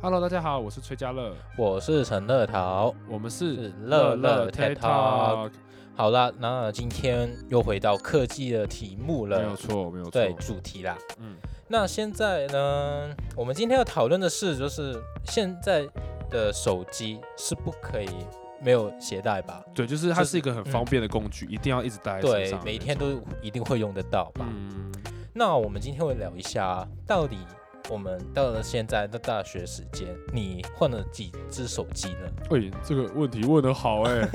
Hello，大家好，我是崔家乐，我是陈乐桃，我们是是乐乐 TED TED Talk。 Talk 好啦，那今天又回到科技的题目没有了，错，没有错，对主题啦。嗯，那现在呢，我们今天要讨论的是，就是现在的手机是不可以没有携带吧？对，就是它就是是一个很方便的工具，一定要一直带在身对上，，每天都一定会用得到吧？嗯，那我们今天会聊一下，到底我们到了现在的大学时间，你换了几只手机呢？哎、这个问题问得好 哎、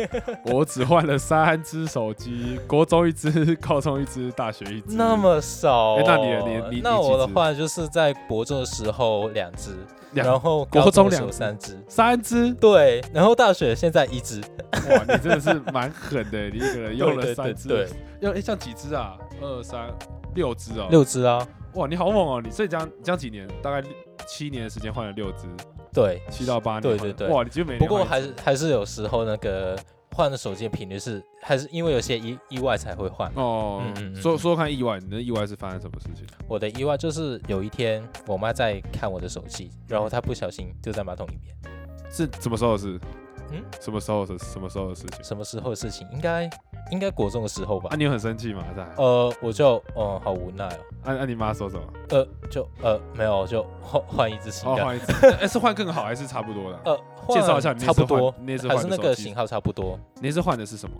我只换了三只手机，国中一只，高中一只，大学一只，嗯那么少、哦哎诶那你的你你那你几我的只话就是在国中的时候两只，两然后国高中的时两候只三只，三只，对，然后大学现在一只，哇，你真的是蛮狠的、欸你一个人用了对对三只，对对要哎、像几只啊？二三六只哦，六只啊，哇，你好猛哦！你所以这样你这样几年，大概六七年的时间换了六只，对。七到八年对换了，对对哇，你就每年不过换还一只是还是有时候那个换的手机的频率是，还是因为有些意意外才会换。哦嗯，嗯嗯说说说看意外，你的意外是发生什么事情？啊我的意外就是有一天我妈在看我的手机，然后她不小心丢在马桶里面。是什么时候的事？嗯，什么时候的什么时候的事情？什么时候的事情？应该应该国中的时候吧啊，。你有很生气吗？在啊呃，我就嗯，好无奈哦。啊，你妈说什么？呃，就呃没有，就换换一只新哦，的。换一只， 哎，是换更好还是差不多的？呃，介绍换一下，你那差不次换多，你那次还换是的那手个机型号差不多。你是换的是什么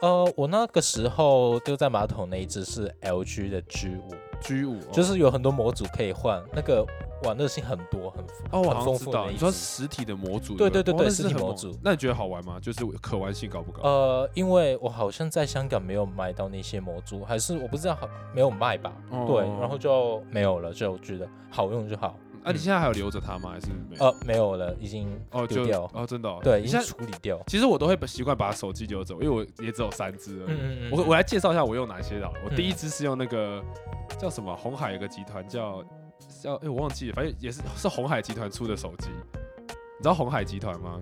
呃，我那个时候丢在马桶那一只是 LG 的 G 五、 ？G 五哦就是有很多模组可以换，那个玩乐性很多，很丰哦，我很好像丰知富的道，那一你只说实体的模组，对对对对不对哦那是实体很模猛组那你觉得好玩吗？就是可玩性高不高？呃，因为我好像在香港没有买到那些模组，还是我不知道好没有卖吧？哦对，然后就没有了，就觉得好用就好。那啊你现在还有留着它吗？还是没有？呃，没有了，已经哦，丢就掉，哦，真的、哦，对，已你现经在处理掉。其实我都会习惯把手机留走，因为我也只有三只而已。嗯嗯嗯，我我来介绍一下我用哪些好了。我嗯第一只是用那个叫什么红海有个集团叫叫哎、我忘记了，反正也是是红海集团出的手机。你知道红海集团吗？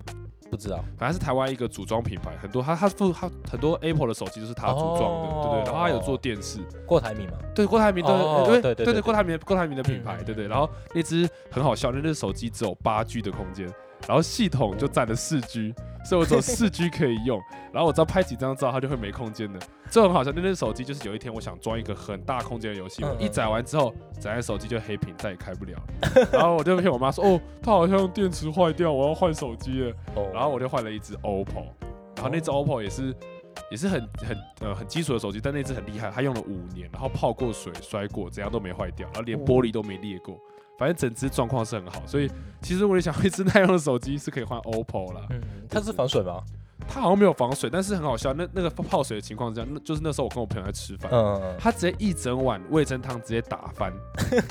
不知道。反正是台湾一个组装品牌，很多它它附它很多 Apple 的手机都是它组装的，哦对对。然后它有做电视，过台米嘛，对郭台铭的、哦对对对对对郭台铭郭台铭的品牌，嗯嗯对对。然后那只很好笑，那只手机只有八 G 的空间，然后系统就占了四 G，所以我只有四 G 可以用。然后我只要拍几张照，它就会没空间的。这很好笑，那只手机就是有一天我想装一个很大空间的游戏，嗯我嗯一载完之后，整台手机就黑屏，再也开不了了。然后我就骗我妈说，哦，它好像电池坏掉，我要换手机了。哦，然后我就换了一只 OPPO，然后那只 OPPO 也是也是很很呃很基础的手机，但那只很厉害，它用了五年，然后泡过水、摔过，怎样都没坏掉，然后连玻璃都没裂过，反正整只状况是很好。所以其实我也想，一只耐用的手机是可以换 OPPO 啦。嗯，它是防水吗？它好像没有防水，但是很好笑。那那个泡水的情况是这样，那就是那时候我跟我朋友在吃饭。嗯，他直接一整碗味噌汤直接打翻，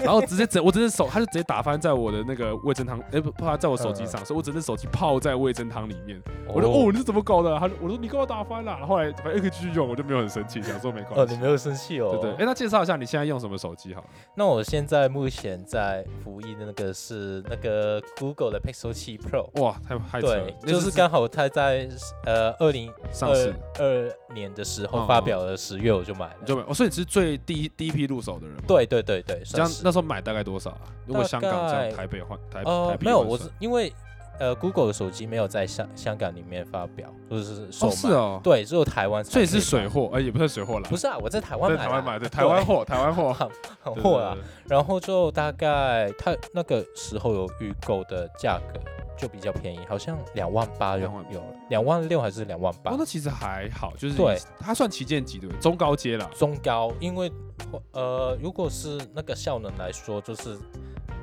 然后直接整我整只手，他就直接打翻在我的那个味噌汤，哎、不，他在我手机上，所以我整只手机泡在味噌汤里面。我嗯就哦，你是怎么搞的啊？他就我说你给我打翻了。后来反正可以继续用，我就没有很生气，想说没哦，关你系。没有生气哦？对对，哎，那介绍一下你现在用什么手机好了？那我现在目前在服役的那个是那个 Google 的 Pixel 7 Pro，哇，太太扯了对，，那就是刚好它在呃二零上市二二年的时嗯候嗯发表的十月我就买了你，就没有，哦所以你是最第一第一批入手的人吗。对对对对，这样算是那时候买大概多少啊？如果香港大这概样台北换台台呃币没有，换我是算因为呃 Google 的手机没有在香香港里面发表，就是售哦卖，是哦，对，只有台湾才可所以以买，是水货，哎，也不是水货啦，不是啊，我在台湾在买台啦，湾买的对台湾货，台湾 货，很对货啊，，对对然后就大概它那个时候有预购的价格就比较便宜，好像两万八有两万八有了，两万六还是两万八哦，？那其实还好，就是对它算旗舰级对不对？中高阶啦，中高，因为呃，如果是那个效能来说，就是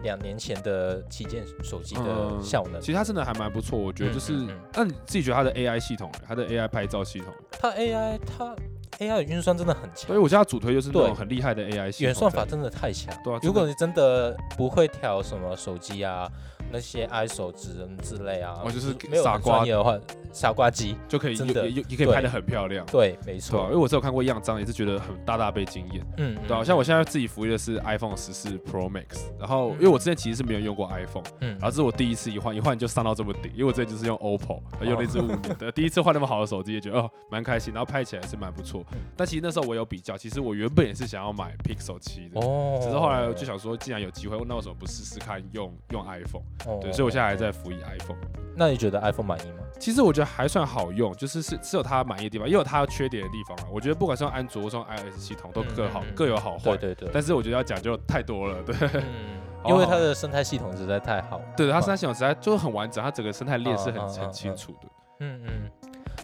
两年前的旗舰手机的嗯效能，其实它真的还蛮不错，我觉得就是嗯嗯嗯，那你自己觉得它的 AI 系统，它的 AI 拍照系统。它 AI 它 AI 的运算真的很所以强，我觉得它主推就是那种对很厉害的 AI 系统原算法真的太强。对啊真的如果你真的不会调什么手机啊，那些 ISO 值之类啊，哦就是没有傻很瓜专业的话，傻瓜机，就可以真的也也也可以对拍得很漂亮，对，对啊，因没为错，我是有看过样张，也是觉得很大大被惊艳。嗯，对啊，嗯像我现在自己服役的是 iPhone 十四 Pro Max，然后嗯因为我之前其实是没有用过 iPhone，嗯然后这是我第一次一换，一换就上到这么顶，因为我之前就是用 OPPO，呃用哦那只五 年的，第一次换那么好的手机，也觉得哦蛮开心，然后拍起来是蛮不错嗯。但其实那时候我有比较，其实我原本也是想要买 Pixel 七的，哦，只是后来我就想说，既然有机会，那为什么不试试看用用 iPhone？哦对，所以我现在还在服役 iPhone。那你觉得 iPhone 满意吗？其实我觉得还算好用，就是是是有它满意的地方，也有它缺点的地方啊啦。我觉得不管是用安卓或是用 iOS 系统，都各好、嗯嗯嗯各有好坏。对对对，但是我觉得要讲究太多了，哦对 嗯，好因为好它的生态系统实在太好。对，它好生态系统实在就是很完整，它整个生态链是很、嗯嗯嗯很清嗯楚的。嗯嗯，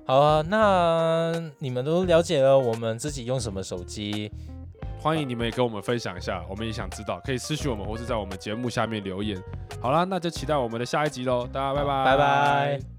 好啊，那你们都了解了我们自己用什么手机，欢迎你们也跟我们分享一下，我们也想知道，可以私信我们或是在我们节目下面留言。好啦，那就期待我们的下一集喽，大家拜拜，拜拜。